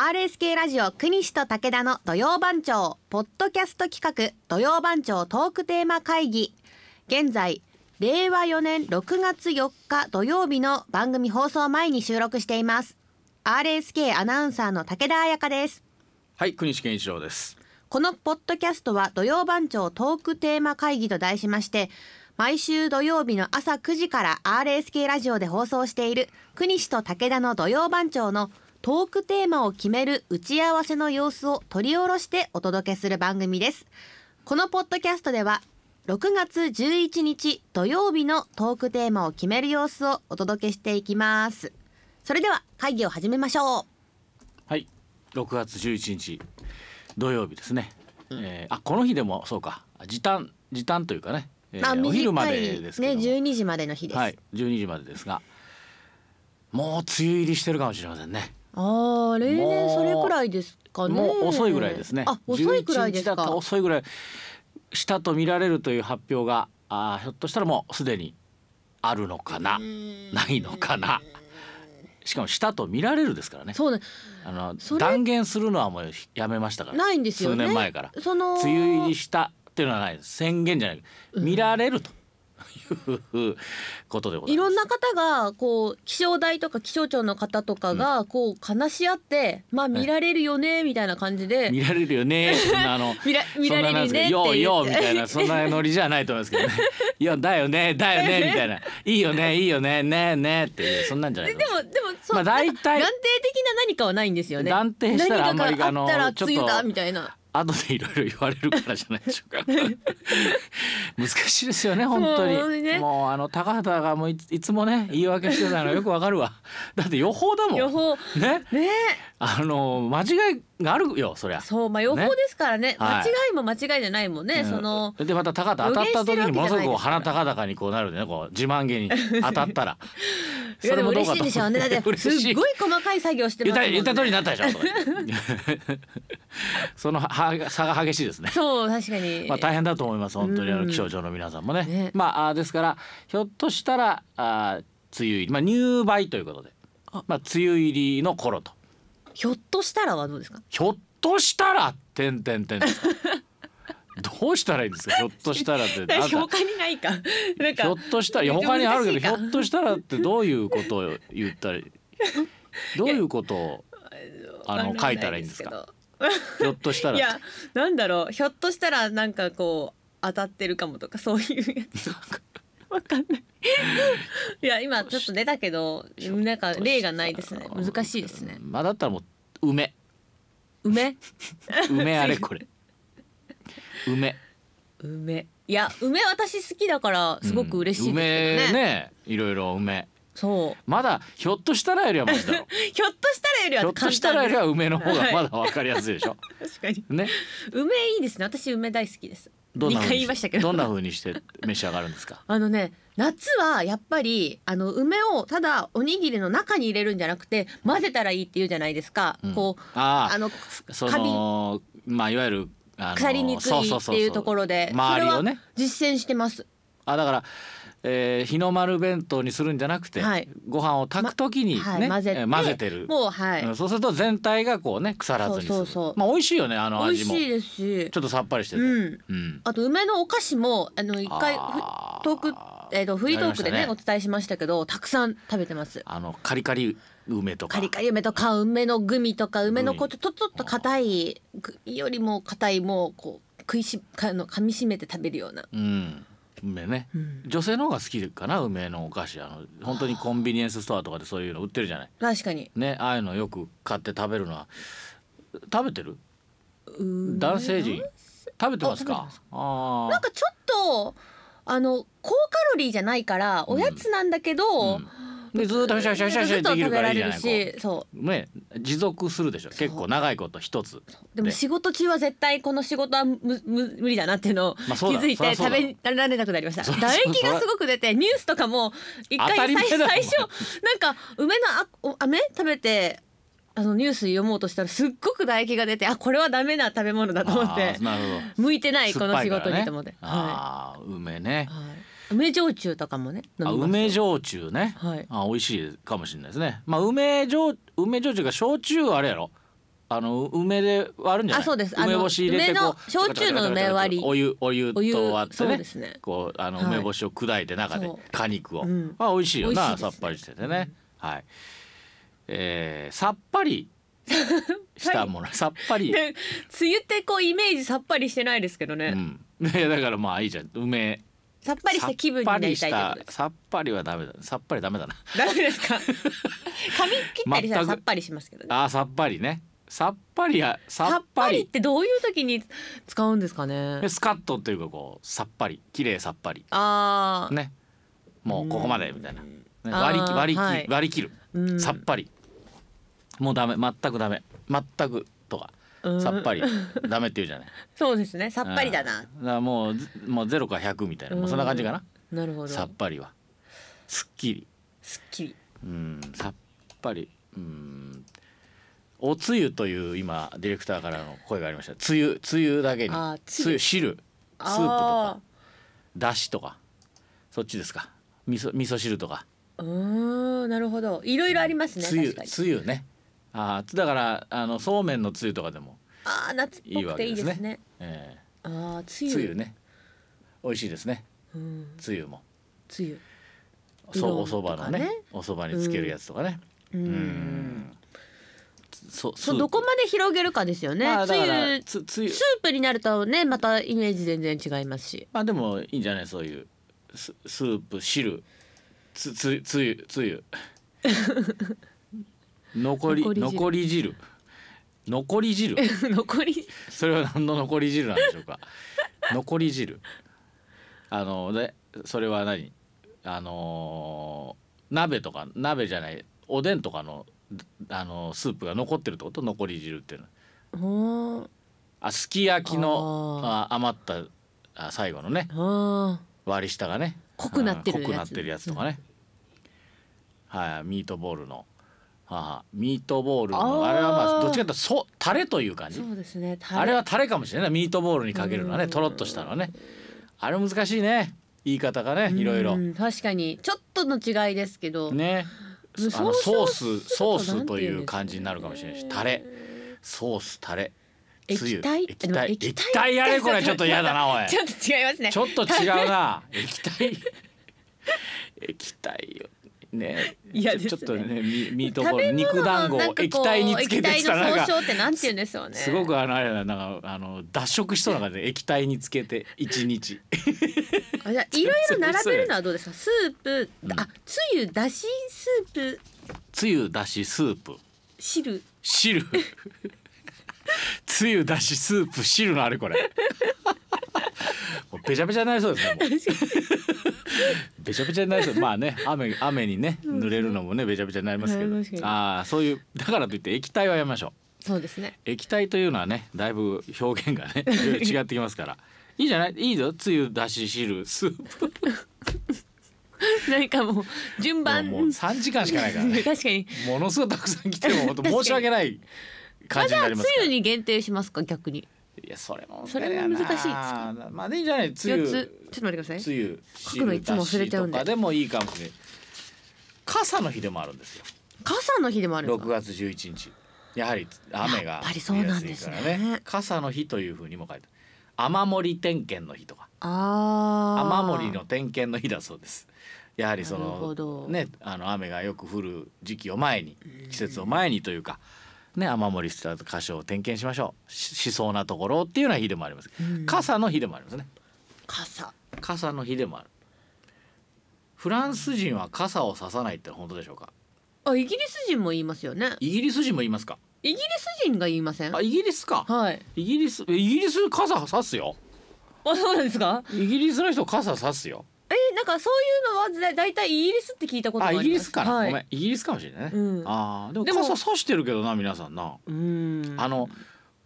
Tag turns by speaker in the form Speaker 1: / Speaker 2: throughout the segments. Speaker 1: RSK ラジオ国西と武田の土曜番長ポッドキャスト企画土曜番長トークテーマ会議現在令和4年6月4日土曜日の番組放送前に収録しています RSK アナウンサーの武田彩香です
Speaker 2: はい、国試健一郎です。
Speaker 1: このポッドキャストは土曜番長トークテーマ会議と題しまして毎週土曜日の朝9時から RSK ラジオで放送している国西と武田の土曜番長のトークテーマを決める打ち合わせの様子を取り下ろしてお届けする番組ですこのポッドキャストでは6月11日土曜日のトークテーマを決める様子をお届けしていきますそれでは会議を始めましょう
Speaker 2: はい、6月11日土曜日ですね。えーあ、この日でもそうか。時短時短というかね、えー
Speaker 1: あ
Speaker 2: お昼ま
Speaker 1: 短
Speaker 2: で
Speaker 1: い
Speaker 2: ですけども、
Speaker 1: ね12時までの日です、
Speaker 2: はい、12時までですが、もう梅雨入りしてるかもしれませんね。
Speaker 1: ああ例年それくらいですかね。
Speaker 2: もう遅いぐらいですね。
Speaker 1: あ遅いくらいです
Speaker 2: 11日だ
Speaker 1: か
Speaker 2: と。遅いぐらいしたと見られるという発表が、あーひょっとしたらもうすでにあるのかな、ないのかな。しかもしたと見られるですからね。
Speaker 1: そうね
Speaker 2: あの
Speaker 1: それ
Speaker 2: 断言するのはもうやめましたから。
Speaker 1: ないんですよね。
Speaker 2: 数年前から。
Speaker 1: その
Speaker 2: 梅雨入りしたっていうのはないです。宣言じゃない。見られるということでござ
Speaker 1: い
Speaker 2: いま
Speaker 1: ろ
Speaker 2: す。
Speaker 1: んな方がこう気象台とか気象庁の方とかがこう話し合って、まあ見られるよねみたいな感じで
Speaker 2: 見られるよね。そんなあの
Speaker 1: 見ら見られるね
Speaker 2: そんななんですけど
Speaker 1: って言っ
Speaker 2: よ
Speaker 1: て
Speaker 2: うようみたいなそんなノリじゃないと思いますけどね。 いやだよねだよねみたいな。いいよねいいよねねえねえっていうそんなんじゃない
Speaker 1: で
Speaker 2: と
Speaker 1: も
Speaker 2: 思います。
Speaker 1: でもそう
Speaker 2: まあ大体
Speaker 1: 断定的な何かはないんですよね。
Speaker 2: 断定したらあんまり
Speaker 1: 何かがあったら
Speaker 2: あのちょっと
Speaker 1: 梅雨だみたいな。
Speaker 2: 後でいろいろ言われるからじゃないでしょ うか難しいですよね本当
Speaker 1: そう
Speaker 2: に、
Speaker 1: ね
Speaker 2: もうあの高畑がもういついつもね言い訳し てたのよくわかるわだって予報だもん
Speaker 1: 予報
Speaker 2: ね
Speaker 1: ね
Speaker 2: あの間違いがあるよそりゃ
Speaker 1: そうまあ予報ですからね間
Speaker 2: はい
Speaker 1: 違いも間違いじゃないもんね、その
Speaker 2: うんでまた高畑当たった時にものす
Speaker 1: 予言し
Speaker 2: ごくこう
Speaker 1: てるわ
Speaker 2: 鼻
Speaker 1: けじ
Speaker 2: 高々にこうなるでねこう自 慢げに当たったら
Speaker 1: いやでも嬉しい
Speaker 2: 思
Speaker 1: でしょうね。だってすっ
Speaker 2: 嬉しい
Speaker 1: ごい細かい作業して
Speaker 2: 言
Speaker 1: ま
Speaker 2: っ
Speaker 1: す
Speaker 2: た
Speaker 1: もん、ね。
Speaker 2: 言った通りになったでしょとか 言って そのはは差が激しいですね
Speaker 1: そう確かに。
Speaker 2: まあ大変だと思います本当にあ
Speaker 1: うん
Speaker 2: の気象庁の皆さんもね。
Speaker 1: ね
Speaker 2: まああーですからひょっとしたらあー梅雨入りまあ入梅ということで
Speaker 1: あ
Speaker 2: まあ梅雨入りの頃と
Speaker 1: ひょっとしたらはどうですか。
Speaker 2: ひょっとしたらてんてんて んですかどうしたらいいんですかひょっとしたらって なんか
Speaker 1: 他にないか。 なん
Speaker 2: ひょ
Speaker 1: か
Speaker 2: っとしたらいや他にあるけどひ
Speaker 1: 難しいか
Speaker 2: ょっとしたらってどういうことを言った りどういうことをあの
Speaker 1: わ
Speaker 2: 書
Speaker 1: ん
Speaker 2: いたらいいんですか
Speaker 1: なけ
Speaker 2: ひょっとした
Speaker 1: ど
Speaker 2: ら
Speaker 1: い
Speaker 2: っ
Speaker 1: や
Speaker 2: て
Speaker 1: なんだろうひょっとしたらなんかこう当たってるかもとかそういうやつ。わかんない。いや今ちょっと出たけどなんか例がないですね。難しいですね。
Speaker 2: まあだったらもう梅
Speaker 1: 梅
Speaker 2: 梅あれこれ梅
Speaker 1: 梅いや梅私好きだからすごく嬉しいですけどね。
Speaker 2: うん梅ねいろいろ梅
Speaker 1: そう。
Speaker 2: まだひょっとしたらよりはマ シだろ
Speaker 1: ひょっとしたらよりは
Speaker 2: ひょっ
Speaker 1: 簡単で
Speaker 2: と
Speaker 1: す
Speaker 2: したらよりは梅の方がまだわかりやすいでしょ
Speaker 1: 確かに
Speaker 2: ね
Speaker 1: 梅いいですね私梅大好きです
Speaker 2: どんな
Speaker 1: 二
Speaker 2: 風
Speaker 1: 回
Speaker 2: に
Speaker 1: 言いましたけど
Speaker 2: どんな風にして召し上がるんですか
Speaker 1: あのね夏はやっぱりあの梅をただおにぎりの中に入れるんじゃなくて混ぜたらいいって言うじゃないですか、
Speaker 2: うん
Speaker 1: こう
Speaker 2: あ
Speaker 1: あ
Speaker 2: あ
Speaker 1: の
Speaker 2: そ
Speaker 1: カビ
Speaker 2: のまあいわゆるあの
Speaker 1: 腐りにく
Speaker 2: そう
Speaker 1: い
Speaker 2: そ
Speaker 1: っ
Speaker 2: そ
Speaker 1: ていうところで
Speaker 2: 周りをね
Speaker 1: それは実践してます
Speaker 2: あだから、えー、日の丸弁当にするんじゃなくて、
Speaker 1: はい
Speaker 2: ご飯を炊くときにね、
Speaker 1: はい混ぜて
Speaker 2: えー混ぜてる
Speaker 1: もうはい、
Speaker 2: うんそうすると全体がこうね腐らずにする
Speaker 1: そうそうそう
Speaker 2: まあ美味しいよねあの
Speaker 1: 美味
Speaker 2: 味
Speaker 1: し
Speaker 2: も
Speaker 1: いですし
Speaker 2: ちょっとさっぱりしてて、
Speaker 1: うん
Speaker 2: うん
Speaker 1: あと梅のお菓子もあの一回ふ
Speaker 2: あー
Speaker 1: トークえーとフリートークでね
Speaker 2: やり
Speaker 1: お
Speaker 2: まし
Speaker 1: 伝えしましたけどたくさん食べてます
Speaker 2: たねあのカリカリ梅とか
Speaker 1: カリカリ梅とか梅のグミとか梅のこうちょっとちょっと硬いぐよりも硬いもうこう食いしかの噛みしめて食べるような、
Speaker 2: うん梅ね女性の方が好きかな梅のお菓子あの本当にコンビニエンスストアとかでそういうの売ってるじゃない
Speaker 1: 確かに
Speaker 2: ねああいうのよく買って食べるのは食べてる
Speaker 1: うん
Speaker 2: 男性陣食べてま
Speaker 1: あ
Speaker 2: す
Speaker 1: 食べて
Speaker 2: か
Speaker 1: ます
Speaker 2: あ
Speaker 1: なんかちょっとあの高カロリーじゃないからおやつなんだけど、
Speaker 2: あ、うん、でずーっとシャシャシャシ
Speaker 1: ずっ
Speaker 2: ャシ
Speaker 1: と
Speaker 2: ャで
Speaker 1: 食
Speaker 2: きる
Speaker 1: べ
Speaker 2: から
Speaker 1: ら
Speaker 2: いい
Speaker 1: れる
Speaker 2: じゃないこ
Speaker 1: しそう
Speaker 2: うね持続するでしょ
Speaker 1: う
Speaker 2: 結構長いこと一つ
Speaker 1: でも仕事中は絶対この仕事はむむ無理だなっていうのを気
Speaker 2: まあそうだ
Speaker 1: づい
Speaker 2: そ
Speaker 1: て
Speaker 2: りゃそ
Speaker 1: 食
Speaker 2: うだ
Speaker 1: べられなくなりました
Speaker 2: そりゃ
Speaker 1: 唾
Speaker 2: そう
Speaker 1: 液がすごく出てニュースとかも一
Speaker 2: 当た
Speaker 1: 回
Speaker 2: り前
Speaker 1: 最
Speaker 2: だろ
Speaker 1: 最初なんか梅のあお飴食べてあのニュース読もうとしたらすっごく唾液が出てあこれはダメな食べ物だと思って
Speaker 2: あーなるほど
Speaker 1: 向いてないこ
Speaker 2: 酸っ
Speaker 1: の
Speaker 2: ぱ
Speaker 1: 仕
Speaker 2: いから
Speaker 1: 事
Speaker 2: ね
Speaker 1: にと思って、は
Speaker 2: ああ梅ね
Speaker 1: い、はい、梅焼酎とかもね飲
Speaker 2: あ
Speaker 1: みます
Speaker 2: 梅焼酎ね、
Speaker 1: はい
Speaker 2: あ美味しいかもしれないですねまあ梅焼梅焼酎が焼酎はあれやろあの梅で割るんじゃない
Speaker 1: あそうですあの
Speaker 2: 梅干し入れて
Speaker 1: 梅の
Speaker 2: こう
Speaker 1: 焼酎の梅割り
Speaker 2: お湯お湯
Speaker 1: お湯
Speaker 2: と割って
Speaker 1: そう
Speaker 2: ね
Speaker 1: ですね
Speaker 2: こうあの
Speaker 1: はい
Speaker 2: 梅干しを砕いて中で
Speaker 1: そう
Speaker 2: 果肉を、
Speaker 1: うん
Speaker 2: あ美味しいよ
Speaker 1: 美味しいで
Speaker 2: な
Speaker 1: す
Speaker 2: さっぱりしててね、はい、えー、さっ ぱりしたものさっぱり、
Speaker 1: 梅雨ってこうイメージさっぱりしてないですけどね、
Speaker 2: うん、でだからまあいいじゃん梅
Speaker 1: さっぱりした気分になりたいってことです
Speaker 2: さっぱりしたさっぱりはダメださっぱりダメだな
Speaker 1: ダメですか髪切ったりしたら
Speaker 2: 全く
Speaker 1: さっぱりしますけどね
Speaker 2: あーさっぱりねさっぱりや
Speaker 1: さ
Speaker 2: さ
Speaker 1: っ
Speaker 2: っ
Speaker 1: ぱ
Speaker 2: ぱ
Speaker 1: り
Speaker 2: り
Speaker 1: ってどういう時に使うんですかね
Speaker 2: でスカッとっていうかこうさっぱり綺麗さっぱり
Speaker 1: ああ、
Speaker 2: ねもうここまでみたいな、ね
Speaker 1: ん
Speaker 2: 割り
Speaker 1: あ
Speaker 2: 切
Speaker 1: ー
Speaker 2: 割り切、
Speaker 1: はい
Speaker 2: 割り切る、
Speaker 1: うん
Speaker 2: さっぱりもうダメ全くダメ全くとか
Speaker 1: うん
Speaker 2: さっぱりダメって言うじゃない
Speaker 1: そうです ねさっぱりだ
Speaker 2: うん
Speaker 1: な、
Speaker 2: だからもうずもうゼロか100みたいなもうそんな感じかな
Speaker 1: なるほど
Speaker 2: さっぱりはすっきり
Speaker 1: すっきり
Speaker 2: うんさっぱりうんおつゆという今ディレクターからの声がありましたつゆつゆだけに
Speaker 1: あーつゆ
Speaker 2: つゆ汁スープとか
Speaker 1: あ
Speaker 2: だしとかそっちですか味噌味噌汁とか
Speaker 1: ーうーんなるほどいろいろありますね
Speaker 2: つゆ
Speaker 1: 確かに
Speaker 2: つゆねあーだからあのそうめんのつゆとかでも、
Speaker 1: ああ夏っぽくていいですね
Speaker 2: いいわけですえ
Speaker 1: ああつ
Speaker 2: ー、
Speaker 1: ゆ
Speaker 2: つゆね美味しいですね
Speaker 1: うん
Speaker 2: つゆも
Speaker 1: つゆ
Speaker 2: そうお
Speaker 1: うど
Speaker 2: そ
Speaker 1: んとか
Speaker 2: ばのね
Speaker 1: ね
Speaker 2: おそばにつけるやつとかね
Speaker 1: うん
Speaker 2: うんそスー
Speaker 1: そう
Speaker 2: プ
Speaker 1: どこまで広げるかですよね、
Speaker 2: まあ
Speaker 1: つ
Speaker 2: だから
Speaker 1: ゆ
Speaker 2: つつゆ
Speaker 1: スープになるとねまたイメージ全然違いますし
Speaker 2: まあでもいいんじゃないそういうススープ汁つつつゆつ ゆ残り
Speaker 1: 残
Speaker 2: 残
Speaker 1: り
Speaker 2: り
Speaker 1: 汁
Speaker 2: 汁 残り汁
Speaker 1: 残り
Speaker 2: それは何の残り汁なんでしょうか 残り汁あのでそれは何あのー鍋とか鍋じゃないおでんとかのあのスープが残ってるってこと残り汁っていうのは
Speaker 1: ほー
Speaker 2: あすき焼きの
Speaker 1: あ
Speaker 2: あ余ったあ最後のね
Speaker 1: あ
Speaker 2: 割り下がね
Speaker 1: 濃くなってるやつ
Speaker 2: うん濃くなってるやつとかね、はいミートボールのああミートボールの
Speaker 1: あー
Speaker 2: あれはまあどっちかというとそタレという感
Speaker 1: ー
Speaker 2: じ
Speaker 1: そうですね
Speaker 2: あれはタレかもしれないミートボールにかけるのは
Speaker 1: う
Speaker 2: ね
Speaker 1: ん
Speaker 2: とろっとしたのはねあれ難しいね言い方がねいろいろ
Speaker 1: うん確かにちょっとの違いですけど、
Speaker 2: ね
Speaker 1: うん
Speaker 2: あ
Speaker 1: そ
Speaker 2: の
Speaker 1: うそ
Speaker 2: ソー
Speaker 1: う
Speaker 2: ス
Speaker 1: すると
Speaker 2: ソースとい
Speaker 1: なんて言うんですかね
Speaker 2: う感じになるかもしれないしタレソースタレつゆ
Speaker 1: 液体
Speaker 2: 液
Speaker 1: でも
Speaker 2: 体
Speaker 1: 液体
Speaker 2: 液体やれこれちょっと嫌だなおい
Speaker 1: ちょっと違いますね
Speaker 2: ちょっと違うな。液体。液体よ。ね。
Speaker 1: いや
Speaker 2: ち
Speaker 1: で
Speaker 2: ょ
Speaker 1: すね
Speaker 2: ちょっとね、ミミートボ
Speaker 1: 食
Speaker 2: ー
Speaker 1: べ物
Speaker 2: ル、肉
Speaker 1: のな
Speaker 2: 団
Speaker 1: ん
Speaker 2: 子
Speaker 1: か
Speaker 2: を
Speaker 1: こう
Speaker 2: 液体につけてっつったら
Speaker 1: 液体の
Speaker 2: なん
Speaker 1: 総
Speaker 2: か。
Speaker 1: 称ってなんて言うんですよね
Speaker 2: すごくあのあれだななんかあの脱色しそうな感じで液体につけて一日
Speaker 1: あじゃあいろいろ並べるのはどうですかスープ、あつゆだしスープ
Speaker 2: つゆだしスープ
Speaker 1: 汁
Speaker 2: 汁つゆだしスープ汁のあれこれもうべちゃべちゃになりそうですねもうべちゃべちゃ になりそうまあね雨雨にね濡れるのもねべちゃべちゃになりますけ
Speaker 1: う
Speaker 2: ど
Speaker 1: ん確かに
Speaker 2: ああそういうだからといって液体はやめましょ
Speaker 1: そうですね
Speaker 2: う液体というのはねだいぶ表 現がねいろいろ違ってきますからいいじゃないいいよつゆだし汁スープ
Speaker 1: なんかもう順
Speaker 2: も
Speaker 1: 番
Speaker 2: もう3時間しかないから ね
Speaker 1: 確かに
Speaker 2: ものすごくたくさん来ても本当申し訳ない感
Speaker 1: あ
Speaker 2: じ
Speaker 1: じ
Speaker 2: に
Speaker 1: ゃ
Speaker 2: な
Speaker 1: あ
Speaker 2: り
Speaker 1: つ
Speaker 2: ますから
Speaker 1: ゆに限定しますか逆に
Speaker 2: いやそれも
Speaker 1: それも難しいですか
Speaker 2: なまあでいいじゃないつ
Speaker 1: 四
Speaker 2: ゆ
Speaker 1: つちょっと待ってくださ
Speaker 2: つ
Speaker 1: い
Speaker 2: ゆ
Speaker 1: 書くのい
Speaker 2: 汁
Speaker 1: つも
Speaker 2: だ
Speaker 1: 忘れ
Speaker 2: し
Speaker 1: ちゃう
Speaker 2: と
Speaker 1: んで
Speaker 2: かでもいいかもしれない傘の日でもあるんですよ
Speaker 1: 傘の日でもあるんです
Speaker 2: 6
Speaker 1: か
Speaker 2: 月11日やはり雨
Speaker 1: や
Speaker 2: が
Speaker 1: っぱりそうなんですね
Speaker 2: 降りやいから傘の日というふうにも書いてある雨漏り点検の日とか
Speaker 1: あ
Speaker 2: 雨
Speaker 1: あ
Speaker 2: 漏りの点検の日だそうですやはりそ
Speaker 1: なるほど
Speaker 2: のねあの雨がよく降る時期を前に季節を前にというかね雨漏りした箇所を点検しましょうししそうなところっていうような日でもあります
Speaker 1: うん
Speaker 2: 傘の日でもありますね
Speaker 1: 傘
Speaker 2: 傘の日でもあるフランス人は傘をささないって本当でしょうか
Speaker 1: あイギリス人も言いますよね
Speaker 2: イギリス人も言いますか
Speaker 1: イギリス人が言いません
Speaker 2: あ
Speaker 1: はい
Speaker 2: イギリスかイギリスえイギリス傘さすよ
Speaker 1: あそうなんですか
Speaker 2: イギリスの人傘さすよ
Speaker 1: えなんかそういうのはだだいたいイギリスって聞いたことが
Speaker 2: あ
Speaker 1: あり
Speaker 2: イ
Speaker 1: ます
Speaker 2: ギリスかな、
Speaker 1: はい、
Speaker 2: ごめんイギリスかもしれないね、
Speaker 1: うん
Speaker 2: あーでも
Speaker 1: でも
Speaker 2: 傘さしてるけどな皆さんな、
Speaker 1: うん
Speaker 2: あの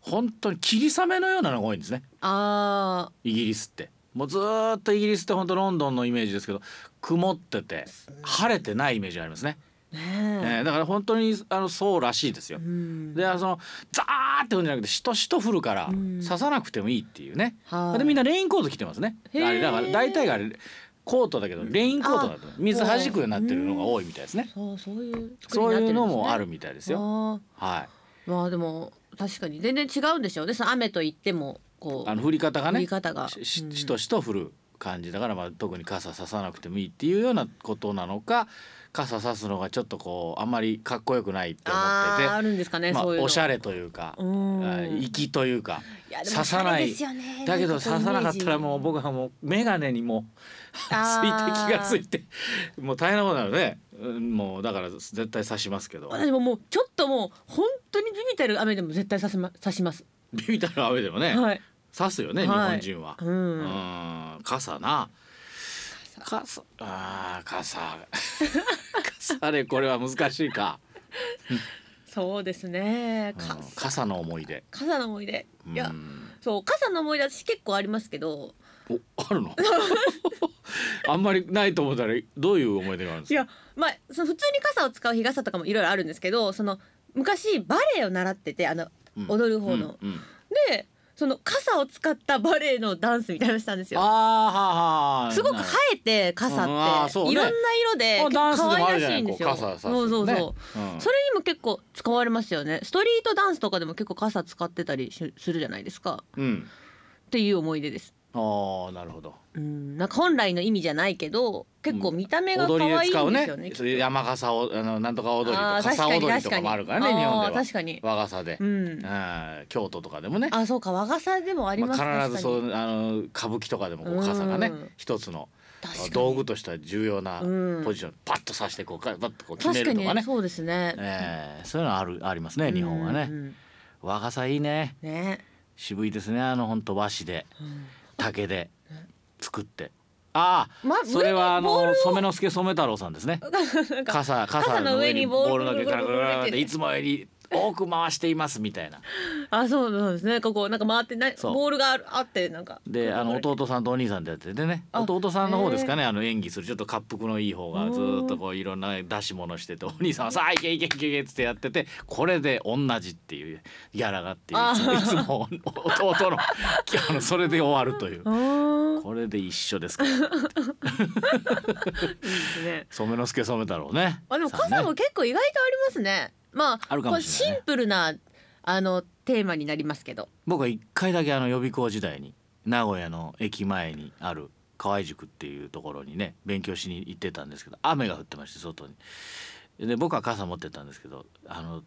Speaker 2: 本当に霧雨のようなのが多いんですね
Speaker 1: あ
Speaker 2: イギリスってもうずーっとイギリスって本当ロンドンのイメージですけど曇ってて晴れてないイメージがありますね、
Speaker 1: ー
Speaker 2: え
Speaker 1: ね
Speaker 2: ーだから本当にあのそうらしいです
Speaker 1: え
Speaker 2: よ、
Speaker 1: うん
Speaker 2: であのそのザーって降るんじゃなくてしとしと降るから
Speaker 1: うん
Speaker 2: 刺さなくてもいいっていうね、
Speaker 1: はい
Speaker 2: でみんなレインコート着てますねあ
Speaker 1: へー
Speaker 2: れだから大体があれコートだけどレインコートだと水
Speaker 1: あー
Speaker 2: 弾くようになってるのが多いみたいですね
Speaker 1: そうそういう作り
Speaker 2: そう
Speaker 1: になって
Speaker 2: い
Speaker 1: る
Speaker 2: うんの
Speaker 1: ですね
Speaker 2: もあるみたいですよ
Speaker 1: あー
Speaker 2: は
Speaker 1: まあでも確かに全然違うんでしょうねその雨と言ってもこう
Speaker 2: あの降り方が
Speaker 1: 降
Speaker 2: ね
Speaker 1: り方が、
Speaker 2: しし
Speaker 1: うん
Speaker 2: しとしと降る感じだから、まあ、特に傘ささなくてもいいっていうようなことなのか傘さすのがちょっとこうあんまりかっこよくないって思っ
Speaker 1: あ
Speaker 2: て
Speaker 1: ーあるんですかね、
Speaker 2: て、まあ、
Speaker 1: そういうの
Speaker 2: おしゃれというか
Speaker 1: う。ん
Speaker 2: あ粋というか
Speaker 1: いやでも
Speaker 2: 刺さない
Speaker 1: おしゃれですよね
Speaker 2: だけど
Speaker 1: んこう
Speaker 2: 刺さなかったらも
Speaker 1: イメー
Speaker 2: う
Speaker 1: ジ
Speaker 2: 僕はもう眼鏡にもう水
Speaker 1: あー
Speaker 2: 滴がついてもう大変なことなのねうんもうだから絶対刺しますけど
Speaker 1: 私ももうちょっともう本当にビビたる雨でも絶対刺しま刺します、
Speaker 2: ビビたる雨でもね、
Speaker 1: はい
Speaker 2: 刺すよね、
Speaker 1: はい
Speaker 2: 日本人は。
Speaker 1: う、
Speaker 2: うんん、傘な。傘。ああ、傘。 傘あれ、これは難しいか。
Speaker 1: そうですね
Speaker 2: うん
Speaker 1: か
Speaker 2: 傘の思い出。
Speaker 1: 傘の思い出
Speaker 2: うん
Speaker 1: いやそう傘の思い出私結構ありますけど
Speaker 2: お、あるの。 あんまりないと思ったら、どういう思い出があるんです
Speaker 1: い
Speaker 2: か。
Speaker 1: やまあその普通に傘を使う日傘とかもいろいろあるんですけどその昔バレエを習っててあの
Speaker 2: うん
Speaker 1: 踊る方の、
Speaker 2: うんうん
Speaker 1: でその傘を使ったバレエのダンスみたいなのしたんです
Speaker 2: あー
Speaker 1: よ。
Speaker 2: はーはー
Speaker 1: すごく
Speaker 2: な
Speaker 1: 生
Speaker 2: る
Speaker 1: えて傘っ
Speaker 2: うんあー
Speaker 1: て、
Speaker 2: そうね
Speaker 1: いろんな色で
Speaker 2: ほど
Speaker 1: 結
Speaker 2: ダ
Speaker 1: 構可
Speaker 2: ンスでもある
Speaker 1: 愛
Speaker 2: じゃ
Speaker 1: ら
Speaker 2: な
Speaker 1: しい
Speaker 2: い
Speaker 1: んで
Speaker 2: こ
Speaker 1: す
Speaker 2: う
Speaker 1: よ。
Speaker 2: 傘さす
Speaker 1: そうそうそう。
Speaker 2: ねうん
Speaker 1: それにも結構使われますよね。ストリートダンスとかでも結構傘使ってたりしするじゃないですか。
Speaker 2: うん
Speaker 1: っていう思い出です。
Speaker 2: ああなるほど
Speaker 1: うん、なんか本来の意味じゃないけど、結構見た目が可
Speaker 2: 踊り
Speaker 1: 愛
Speaker 2: で
Speaker 1: い
Speaker 2: 使うん
Speaker 1: で
Speaker 2: ね
Speaker 1: すよね。
Speaker 2: そういう山傘をあのなんとか踊りと
Speaker 1: あ
Speaker 2: か
Speaker 1: ー確
Speaker 2: 傘
Speaker 1: かに
Speaker 2: 踊りとかもあるからね日
Speaker 1: 確に
Speaker 2: 本
Speaker 1: あー
Speaker 2: では
Speaker 1: 確かに。
Speaker 2: 和傘で
Speaker 1: う、ん。
Speaker 2: うん、京都とかでもね
Speaker 1: あ、そうか和傘でもあります。
Speaker 2: まあ、必ずそ
Speaker 1: 確かに
Speaker 2: うあの歌舞伎とかでもこう傘がね
Speaker 1: うん
Speaker 2: 一つの
Speaker 1: 確かに
Speaker 2: 道具としては重要な
Speaker 1: うん
Speaker 2: ポジション、パッと刺してこうかパッとこう決め
Speaker 1: 確か
Speaker 2: ると
Speaker 1: に
Speaker 2: かね
Speaker 1: そうですね。
Speaker 2: えーそういうのあるありますね日本はね、
Speaker 1: うんうん
Speaker 2: 和傘いいね
Speaker 1: ね。
Speaker 2: 渋いですねあの本当和紙で
Speaker 1: うん
Speaker 2: 竹で
Speaker 1: ね
Speaker 2: 作ってああ
Speaker 1: ま
Speaker 2: それはあ
Speaker 1: 上にボール
Speaker 2: の
Speaker 1: を
Speaker 2: 染之助染太郎さんですね
Speaker 1: なんか
Speaker 2: 傘
Speaker 1: 傘
Speaker 2: 傘
Speaker 1: の
Speaker 2: の
Speaker 1: 上
Speaker 2: 上
Speaker 1: に
Speaker 2: に
Speaker 1: ボー
Speaker 2: ボー
Speaker 1: ル
Speaker 2: ル
Speaker 1: の
Speaker 2: の
Speaker 1: ぐるぐ
Speaker 2: けか
Speaker 1: る
Speaker 2: ら
Speaker 1: ぐるぐる
Speaker 2: ぐるぐるっていつもより多く回していますみたいな
Speaker 1: あそうそうですねここなんか回ってない
Speaker 2: そう
Speaker 1: ボールがあるあってなんか
Speaker 2: であの弟さんとお兄さんでやっててね
Speaker 1: あ
Speaker 2: 弟さんの方ですかねあの演技するちょっと滑腹のいい方がずーっとこういろんな出し物しててお兄さんはさあいけいけいけいけっつってやっててこれで同じっていうギャラがあってい
Speaker 1: あ
Speaker 2: ういつもいつもお弟のあのそれで終わるという
Speaker 1: あー
Speaker 2: これで一緒ですから
Speaker 1: いいですね
Speaker 2: 染之助染太郎ね
Speaker 1: あでも
Speaker 2: さん
Speaker 1: 傘も
Speaker 2: ね
Speaker 1: 結構意外とありますねまあ
Speaker 2: あるか
Speaker 1: こ
Speaker 2: も
Speaker 1: れ
Speaker 2: しれ
Speaker 1: シ
Speaker 2: ないね
Speaker 1: ンプルなあのテーマになりますけど
Speaker 2: 僕は一回だけあの予備校時代に名古屋の駅前にある河合塾っていうところにね勉強しに行ってたんですけど雨が降ってまして外にで僕は傘持ってったんですけどあの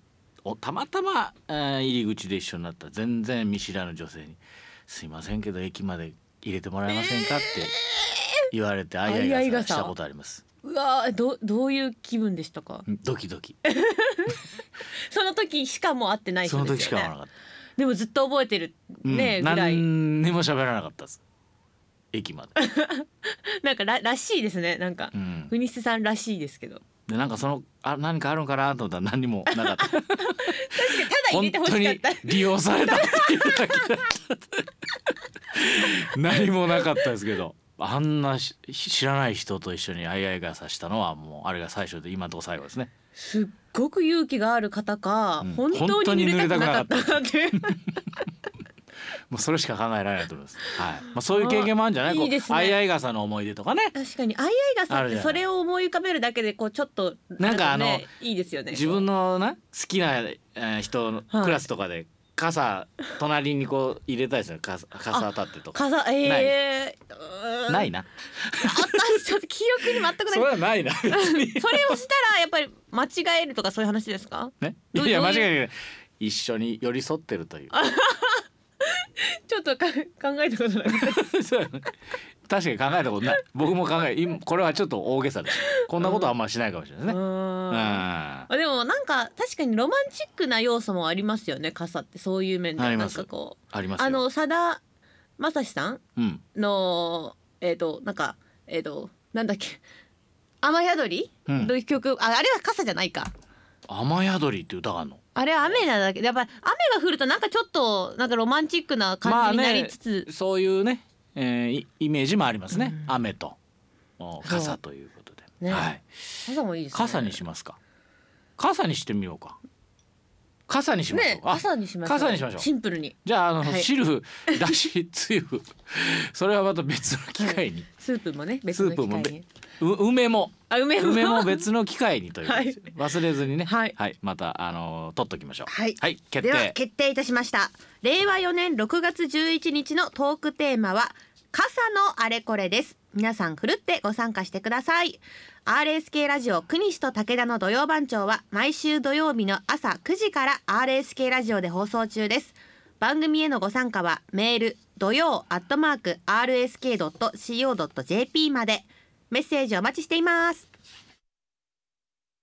Speaker 2: おたまたま、えー入り口で一緒になった全然見知らぬ女性に「すいませんけど駅まで入れてもらえませんか?」って言われてあい
Speaker 1: あ
Speaker 2: あ
Speaker 1: いあい
Speaker 2: いが
Speaker 1: 傘
Speaker 2: さしたことあります。
Speaker 1: うわーどどういう気分でしたか
Speaker 2: ドキドキ
Speaker 1: その時しかもう会ってない
Speaker 2: そ
Speaker 1: 人
Speaker 2: の
Speaker 1: で
Speaker 2: 時し
Speaker 1: す
Speaker 2: か
Speaker 1: よ
Speaker 2: 思わな
Speaker 1: ね
Speaker 2: かった。
Speaker 1: でもずっと覚えてる
Speaker 2: うん
Speaker 1: ね、ぐらい
Speaker 2: 何にも喋らなかったです駅まで。
Speaker 1: なんかららしいですねなんか
Speaker 2: うん
Speaker 1: 国瀬さんらしいですけど
Speaker 2: でなんかそのあ何かあるのかなと思ったら何にもなかった
Speaker 1: 確かにただ入れ
Speaker 2: 本
Speaker 1: てほ
Speaker 2: 当
Speaker 1: しかっ
Speaker 2: に
Speaker 1: た
Speaker 2: 利用されたっていうだけだった何もなかったですけどあんなし知らない人と一緒にあいあい傘したのはもうあれが最初で今のとこ最後ですね
Speaker 1: すっごく勇気がある方か、
Speaker 2: うん
Speaker 1: 本当に濡れたくなかったなって
Speaker 2: もうそれしか考えられないと思います、はいまあ、そういう経験もあるんじゃない
Speaker 1: あいいですね
Speaker 2: こうあいあい傘の思い出とかね
Speaker 1: 確かにあいあい傘
Speaker 2: あ
Speaker 1: っ
Speaker 2: るじゃ
Speaker 1: て
Speaker 2: ない
Speaker 1: それを思い浮かべるだけでこうちょっと
Speaker 2: なんかあの
Speaker 1: ねいいですよね
Speaker 2: 自分のな好きなえー人の
Speaker 1: はい
Speaker 2: クラスとかで傘隣にこう入れたりする傘傘立ってとか
Speaker 1: 傘えー、うーん
Speaker 2: ないな
Speaker 1: あったちょっと記憶に全くないそ
Speaker 2: それはないな別に
Speaker 1: れをしたらやっぱり間違えるとかそういう話ですか
Speaker 2: ね、い
Speaker 1: ど
Speaker 2: やいや
Speaker 1: どう
Speaker 2: 間
Speaker 1: いう
Speaker 2: 違いない一緒に寄り添ってるという
Speaker 1: ちょっとか考えたことない
Speaker 2: そうだね確かに考えたことない僕も考え今これはちょっと大げさですこんなことはあんましないかもしれないです
Speaker 1: う
Speaker 2: ね、
Speaker 1: ー
Speaker 2: うん
Speaker 1: んあでもなんか確かにロマンチックな要素もありますよね傘ってそういう面で
Speaker 2: あり
Speaker 1: な
Speaker 2: ま
Speaker 1: ん
Speaker 2: す
Speaker 1: かこう
Speaker 2: ありますよ
Speaker 1: あのさだまさしさん
Speaker 2: うん、
Speaker 1: のえっ、となんかえっ、となんだっけ雨宿り、
Speaker 2: うん
Speaker 1: の曲ああれは傘じゃないか
Speaker 2: 雨宿りって歌があるの
Speaker 1: あれは雨なだけやっぱ雨が降るとなんかちょっとなんかロマンチックな感じになりつつ、
Speaker 2: そういうね、えーイイメージもありますね、雨とお
Speaker 1: そう
Speaker 2: 傘ということで、
Speaker 1: ね
Speaker 2: はい、
Speaker 1: 傘もいいですね
Speaker 2: 傘にしますか傘にしてみようか傘にしましょう
Speaker 1: ね、
Speaker 2: あ
Speaker 1: 朝にしましょう。
Speaker 2: 傘にしましょう
Speaker 1: シンプルに。
Speaker 2: じゃああの、
Speaker 1: はい
Speaker 2: 汁だしつゆそれはまた別の機会に、
Speaker 1: スープもね、別の機会
Speaker 2: スープも
Speaker 1: に
Speaker 2: ね。う梅も
Speaker 1: あ、梅も。
Speaker 2: 梅も別の機会にということですね、忘れずにね
Speaker 1: はい
Speaker 2: またあの取っときましょう
Speaker 1: はい
Speaker 2: 決
Speaker 1: では
Speaker 2: 定
Speaker 1: 決定いたしました令和4年6月11日のトークテーマは傘のあれこれです皆さんふるってご参加してください RSK ラジオ国西と武田の土曜番長は毎週土曜日の朝9時から RSK ラジオで放送中です番組へのご参加はメール土曜アットマーク RSK.CO.JP までメッセージお待ちしています